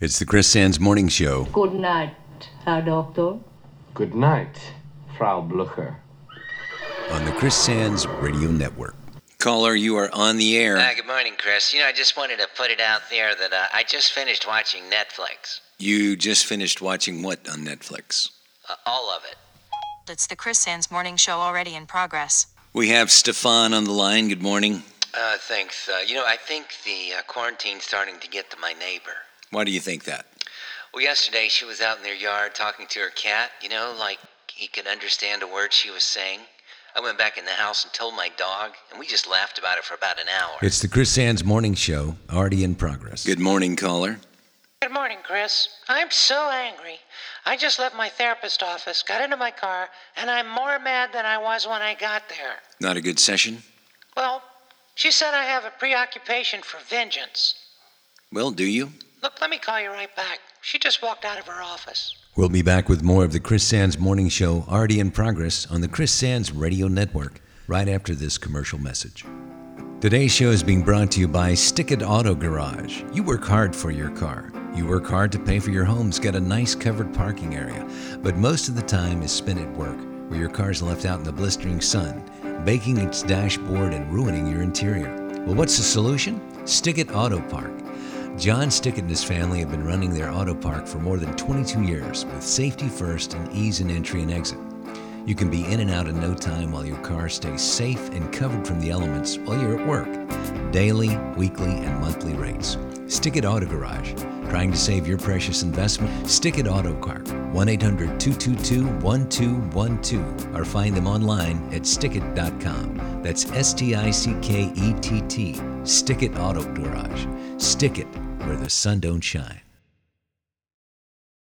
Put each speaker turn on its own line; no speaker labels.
It's the Chris Sands Morning Show.
Good night, Herr Doctor.
Good night, Frau Blucher.
on the Chris Sands Radio Network. Caller, you are on the
Uh,
air.
good morning, Chris. You know, I just wanted to put it out there that uh, I just finished watching Netflix,
You just finished watching what on Netflix?
uh, all of it.
It's the Chris Sands Morning Show already in progress.
We have Stefan on the line. Good morning.
Uh, thanks. Uh, you know, I think the uh, quarantine's starting to get to my neighbor.
Why do you think that?
Well, yesterday she was out in their yard talking to her cat. You know, like he could understand a word she was saying. I went back in the house and told my dog, and we just laughed about it for about an hour.
It's the Chris Sands Morning Show, already in progress.
Good morning, caller.
Good morning, Chris. I'm so angry. I just left my therapist office, got into my car, and I'm more mad than I was when I got there.
Not a good session?
Well, she said I have a preoccupation for vengeance.
Well, do you?
Look, let me call you right back. She just walked out of her office.
We'll be back with more of the Chris Sands Morning Show, already in progress on the Chris Sands Radio Network, right after this commercial message. Today's show is being brought to you by Stick It Auto Garage. You work hard for your car. You work hard to pay for your home's got a nice covered parking area, but most of the time is spent at work, where your car's left out in the blistering sun, baking its dashboard and ruining your interior. Well, what's the solution? Stick It Auto Park. John Stickett and his family have been running their auto park for more than 22 years with safety first and ease in entry and exit. You can be in and out in no time while your car stays safe and covered from the elements while you're at work. Daily, weekly, and monthly rates. Stick it Auto Garage. Trying to save your precious investment? Stick it Auto Park. 1 800 222 1212 or find them online at stickit.com. That's S T I C K E T T. Stick it Auto Garage. Stick it where the sun don't shine.